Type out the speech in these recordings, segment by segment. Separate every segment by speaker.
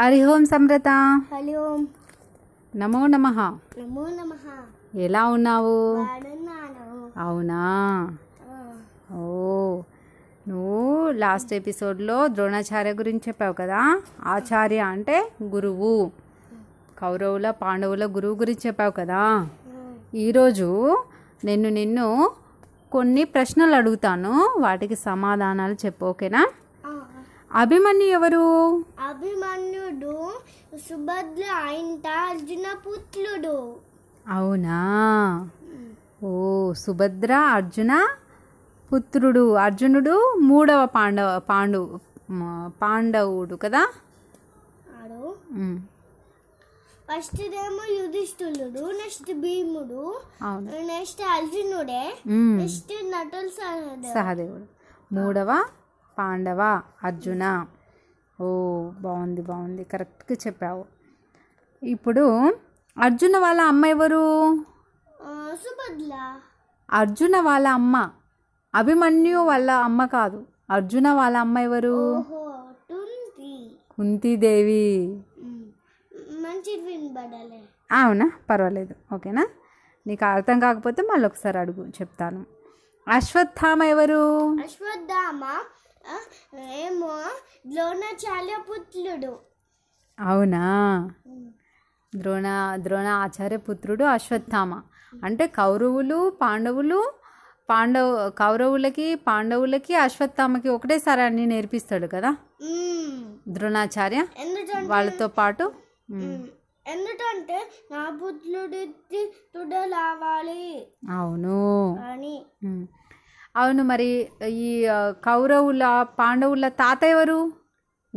Speaker 1: హరి ఓం సమృత
Speaker 2: హరి ఓం
Speaker 1: నమో నమ
Speaker 2: నమో నమ
Speaker 1: ఎలా ఉన్నావు
Speaker 2: వాడున్నాను
Speaker 1: అవునా ఓ నువ్వు లాస్ట్ ఎపిసోడ్లో ద్రోణాచార్య గురించి చెప్పావు కదా ఆచార్య అంటే గురువు కౌరవుల పాండవుల గురువు గురించి చెప్పావు కదా ఈరోజు నేను నిన్ను కొన్ని ప్రశ్నలు అడుగుతాను వాటికి సమాధానాలు చెప్పు ఓకేనా అభిమన్యు ఎవరు
Speaker 2: అభిమన్యుడు సుభద్ర అయింట అర్జున పుత్రుడు
Speaker 1: అవునా ఓ సుభద్ర అర్జున పుత్రుడు అర్జునుడు మూడవ పాండవ పాండు మ- పాండవుడు కదా
Speaker 2: ఆడు
Speaker 1: ఉమ్,
Speaker 2: ఫస్ట్ ఏమో యుధిష్ఠులుడు నెక్స్ట్ భీముడు
Speaker 1: అవును
Speaker 2: నెక్స్ట్ అర్జునుడే
Speaker 1: ఉమ్,
Speaker 2: నెక్స్ట్ నటుల సహదేవ్
Speaker 1: సహదేవుడు మూడవ పాండవ అర్జున ఓ బాగుంది బాగుంది కరెక్ట్గా చెప్పావు ఇప్పుడు అర్జున వాళ్ళ అమ్మ ఎవరు
Speaker 2: ఆ, సుభద్ర
Speaker 1: అర్జున వాళ్ళ అమ్మ అభిమన్యు వాళ్ళ అమ్మ కాదు అర్జున వాళ్ళ అమ్మ ఎవరు
Speaker 2: ఓహో టుంది
Speaker 1: కుంతీదేవి
Speaker 2: మంచి వినబడలే
Speaker 1: అవునా పర్వాలేదు ఓకేనా నీకు అర్థం కాకపోతే మళ్ళీ ఒకసారి అడుగు చెప్తాను అశ్వత్థామ ఎవరు
Speaker 2: అశ్వత్థామ ఆ, ఏమో ద్రోణాచార్య పుత్రుడు
Speaker 1: అవునా ద్రోణ ద్రోణ ఆచార్య పుత్రుడు అశ్వత్థామ అంటే కౌరవులు పాండవులు పాండవ కౌరవులకి పాండవులకి అశ్వత్థామకి ఒకటేసారి అన్ని నేర్పిస్తాడు కదా
Speaker 2: మ్మ్.
Speaker 1: ద్రోణాచార్య
Speaker 2: ఎందుకంటే
Speaker 1: వాళ్ళతో పాటు ఉమ్,
Speaker 2: మ్మ్. ఎందుకంటే నా పుత్రుడి తుడ రావాలి
Speaker 1: అవును
Speaker 2: అని
Speaker 1: ఉమ్. అవును మరి ఈ ఆ, కౌరవుల పాండవుల తాత ఎవరు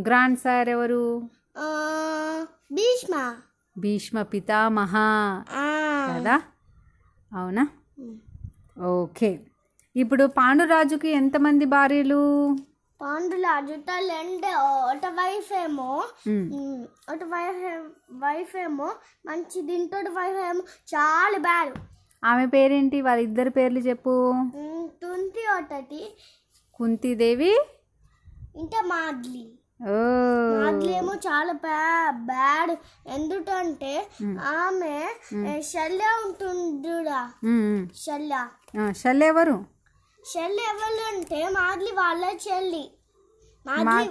Speaker 1: గ్రాండ్ సార్ ఎవరు
Speaker 2: ఆ, భీష్మ
Speaker 1: భీష్మ పితామహ
Speaker 2: ఆ.
Speaker 1: కదా అవునా
Speaker 2: మ్మ్.
Speaker 1: ఓకే ఇప్పుడు పాండురాజుకి ఎంతమంది భార్యలు
Speaker 2: పాండుల అజుత లెండ్ ఒక వైఫ్ ఏమో
Speaker 1: ఉమ్,
Speaker 2: మ్మ్. ఒక వైఫ్ వైఫ్ ఏమో మంచిది ఇంకోటి వైఫ్ ఏమో చాలా బ్యాడ్
Speaker 1: ఆమె పేరేంటి వాళ్ళిద్దరి పేర్లు చెప్పు
Speaker 2: మ్మ్. తుంటి ఒకటి
Speaker 1: కుంతీదేవి
Speaker 2: ఇంకా మాద్లి
Speaker 1: ఓ
Speaker 2: మాద్లేమో చాలా బ్యా- బ్యాడ్ ఎందుకంటే ఆమె ఏ, శల్య ఉంటుందిరా
Speaker 1: ఉమ్, ఉమ్.
Speaker 2: శల్య
Speaker 1: ఆ, శల్య ఎవరు
Speaker 2: శల్య ఎవరు అంటే మాద్లి వాళ్ళ చెల్లి మాద్లి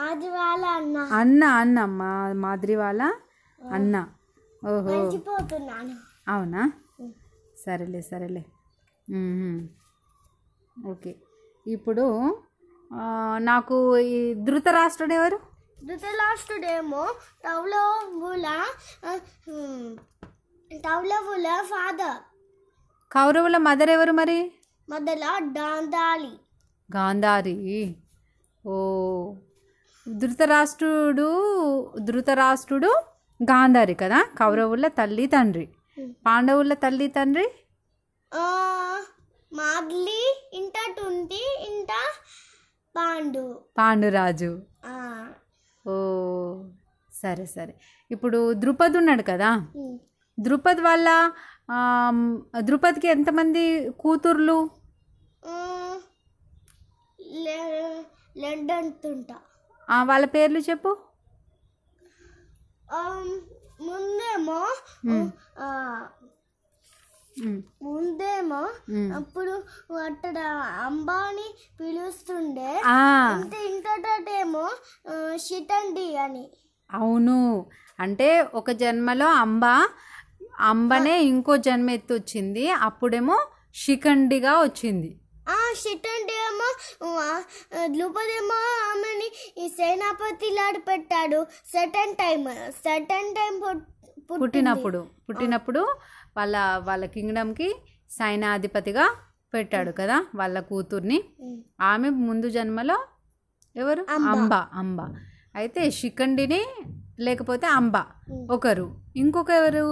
Speaker 2: మాద్లి వాళ్ళ అన్న
Speaker 1: అన్న అన్న మా మాదిరి వాళ్ళ అన్న ఓహో
Speaker 2: మర్చిపోతున్నాను
Speaker 1: అవునా సరేలే సరేలే మ్మ్. ఓకే ఇప్పుడు ఆ, నాకు ఈ ధృతరాష్ట్రుడు ఎవరు
Speaker 2: ధృతరాష్ట్రుడేమో టౌలవుల టౌలవుల ఫాదర్
Speaker 1: కౌరవుల మదర్ ఎవరు మరి
Speaker 2: మొదల డాందాలి
Speaker 1: గాంధారి ఓ ధృతరాష్ట్రుడు ధృతరాష్ట్రుడు గాంధారి కదా కౌరవుల తల్లి తండ్రి పాండవుల తల్లి తండ్రి
Speaker 2: ఆ, మాద్లి ఇంట టుంటి ఇంట పాండు
Speaker 1: పాండురాజు
Speaker 2: ఆ,
Speaker 1: ఓ సరే సరే ఇప్పుడు ద్రుపది ఉన్నాడు కదా
Speaker 2: ఉమ్.
Speaker 1: ద్రుపద్ వల్ల ఆమ్, ద్రుపద్కి ఎంతమంది కూతుర్లు
Speaker 2: ఆ, లె- లెండంతుంట
Speaker 1: ఆ, వాళ్ళ పేర్లు చెప్పు
Speaker 2: ఆమ్, ముందేమో ఆ,
Speaker 1: ఉమ్,
Speaker 2: ముందేమో
Speaker 1: ఉమ్.
Speaker 2: అప్పుడు అక్కడ అంబాని పిలుస్తుండే
Speaker 1: ఆ,
Speaker 2: ఇంత ఇంకటేమో షిటండి అని
Speaker 1: అవును అంటే ఒక జన్మలో అంబ అంబనే ఇంకో జన్మ ఎత్తి వచ్చింది అప్పుడేమో శిఖండిగా వచ్చింది
Speaker 2: ఆ షిటండి ఏమో ద్రుపదేమో ఆమెని ఈ సేనాపతి లాడు పెట్టాడు సెటన్ టైం సెటన్ టైం
Speaker 1: పుట్టినప్పుడు పుట్టినప్పుడు వాళ్ళ వాళ్ళ కింగ్డమ్కి సైనాధిపతిగా పెట్టాడు కదా వాళ్ళ కూతుర్ని ఆమె ముందు జన్మలో ఎవరు అంబ అంబ అయితే శిఖండిని లేకపోతే అంబ ఒకరు ఇంకొక ఎవరు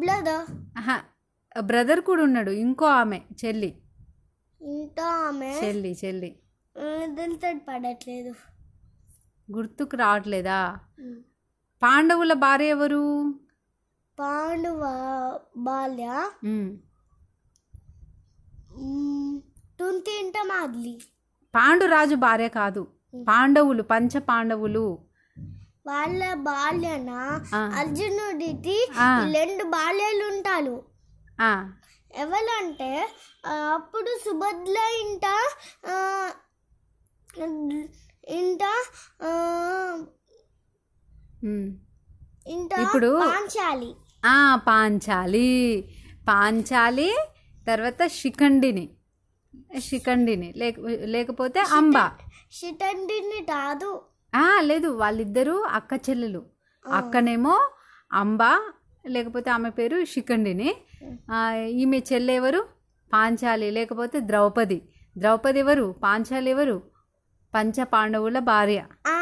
Speaker 2: బ్లదా
Speaker 1: ఆహా, బ్రదర్ కూడా ఉన్నాడు ఇంకో ఆమె చెల్లి
Speaker 2: ఇంకా ఆమె
Speaker 1: చెల్లి చెల్లి
Speaker 2: దీంతో పడట్లేదు
Speaker 1: గుర్తుకు రావట్లేదా పాండవుల భార్య ఎవరు
Speaker 2: పాండవ బాల్య
Speaker 1: ఉమ్.
Speaker 2: మ్, తుంటి ఇంట మాదిలి
Speaker 1: పాండురాజు భార్య కాదు పాండవులు పంచ పాండవులు
Speaker 2: వాళ్ళ బాల్యన
Speaker 1: ఆ.
Speaker 2: అర్జునుడికి
Speaker 1: ఆ.
Speaker 2: రెండు బాల్యాలు ఉంటారు
Speaker 1: ఆ,
Speaker 2: ఎవరంటే ఆ, అప్పుడు సుభద్ర ఇంట ఆ, ఇంట ఆ,
Speaker 1: ఉమ్.
Speaker 2: ఇంట
Speaker 1: ఇప్పుడు
Speaker 2: పాంచాలి
Speaker 1: ఆ, పాంచాలి పాంచాలి తర్వాత శిఖండిని శిఖండిని లేక లేకపోతే అంబ
Speaker 2: శిఖండిని కాదు
Speaker 1: ఆ, లేదు వాళ్ళిద్దరూ అక్క చెల్లెలు అక్కనేమో అంబ లేకపోతే ఆమె పేరు శిఖండిని ఆ, ఈమె చెల్లె ఎవరు పాంచాలి లేకపోతే ద్రౌపది ద్రౌపది ఎవరు పాంచాలి ఎవరు పంచ పాండవుల భార్య
Speaker 2: ఆ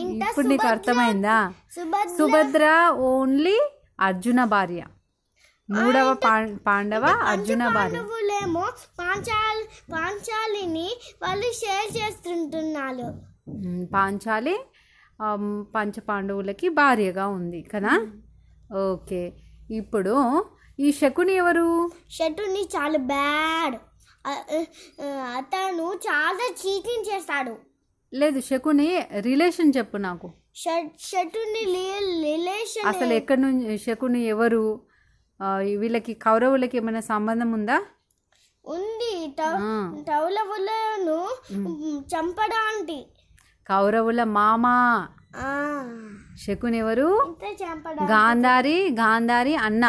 Speaker 2: ఇంట
Speaker 1: ఇప్పుడు నీకు
Speaker 2: సుభద్ర-
Speaker 1: అర్థమైందా
Speaker 2: సుభద్ర
Speaker 1: సుభద్ర ఓన్లీ అర్జున భార్య మూడవ పాం- పాండవ అర్జున భార్య
Speaker 2: పాండవులేమో పాంచాలి పాంచాలిని వాళ్ళు షేర్ చేస్తుంటున్నారు
Speaker 1: ఉమ్, పాంచాలి ఆమ్, పంచ పాండవులకి భార్యగా ఉంది కదా ఓకే ఇప్పుడు ఈ శకుని ఎవరు
Speaker 2: షటుని చాలా బ్యాడ్ అతను చాలా చీటింగ్ చేస్తాడు
Speaker 1: లేదు శకుని రిలేషన్ చెప్పు నాకు
Speaker 2: షట్ షటుని రిలేషన్
Speaker 1: అసలు ఎక్కడి నుంచి శకుని ఎవరు ఆ, వీళ్ళకి కౌరవులకి ఏమైనా సంబంధం ఉందా
Speaker 2: ఉంది
Speaker 1: ఆ,
Speaker 2: టౌలవులను చంపడానికి
Speaker 1: కౌరవుల మామ
Speaker 2: ఆ,
Speaker 1: శకుని ఎవరు
Speaker 2: ఇంత చంపడానికి
Speaker 1: గాంధారి గాంధారి అన్న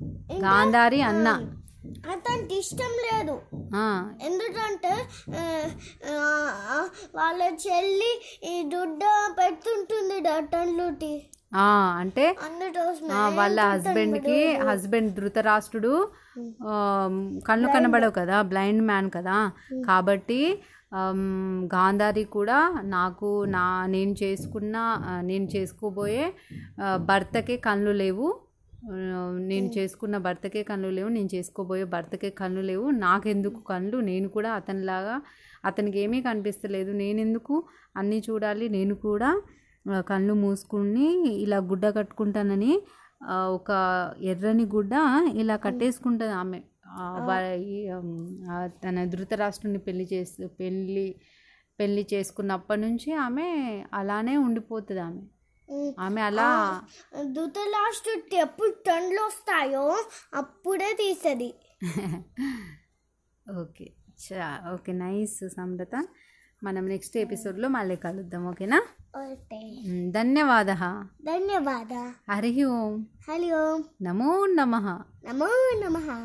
Speaker 2: ఇంకా,
Speaker 1: గాంధారి అన్న
Speaker 2: అతనికి ఇష్టం లేదు
Speaker 1: ఆ,
Speaker 2: ఎందుకంటే ఆ, ఆ, ఆ, వాళ్ళ చెల్లి ఈ దుడ్డ పెడుతుంటుంది డట్టన్లుటి
Speaker 1: ఆ, అంటే
Speaker 2: అందుకోసం
Speaker 1: ఆ, వాళ్ళ హస్బెండ్కి హస్బెండ్ ధృతరాష్ట్రుడు ఆమ్, కళ్ళు కనబడవు కదా బ్లైండ్ మ్యాన్ కదా కాబట్టి ఆమ్, గాంధారి కూడా నాకు నా నేను చేసుకున్న ఆ, నేను చేసుకోబోయే ఆ, భర్తకే కళ్ళు లేవు ఆ, నేను చేసుకున్న భర్తకే కళ్ళు లేవు నేను చేసుకోబోయే భర్తకే కళ్ళు లేవు నాకెందుకు కళ్ళు నేను కూడా అతనిలాగా అతనికి ఏమీ కనిపిస్తలేదు నేనెందుకు అన్నీ చూడాలి నేను కూడా ఆ, కళ్ళు మూసుకుని ఇలా గుడ్డ కట్టుకుంటానని ఆ, ఒక ఎర్రని గుడ్డ ఇలా కట్టేసుకుంటుంది ఆమె ఆ, వా- ఈ, ఉమ్, ఆ, తన ధృతరాష్ట్రుని పెళ్లి చేసి పెళ్లి పెళ్లి చేసుకున్నప్పటి నుంచి ఆమె అలానే ఉండిపోతుంది ఆమె ఆమె అలా
Speaker 2: దుత లాస్ట్ ఎప్పుడు టన్లు వస్తాయో అప్పుడే తీసేది
Speaker 1: ఓకే చా ఓకే నైస్ సమృత మనం నెక్స్ట్ ఎపిసోడ్లో మళ్ళీ కలుద్దాం ఓకేనా
Speaker 2: ఓకే
Speaker 1: ధన్యవాద
Speaker 2: ధన్యవాద
Speaker 1: హరి ఓం
Speaker 2: హరి ఓం
Speaker 1: నమో నమః
Speaker 2: నమో నమః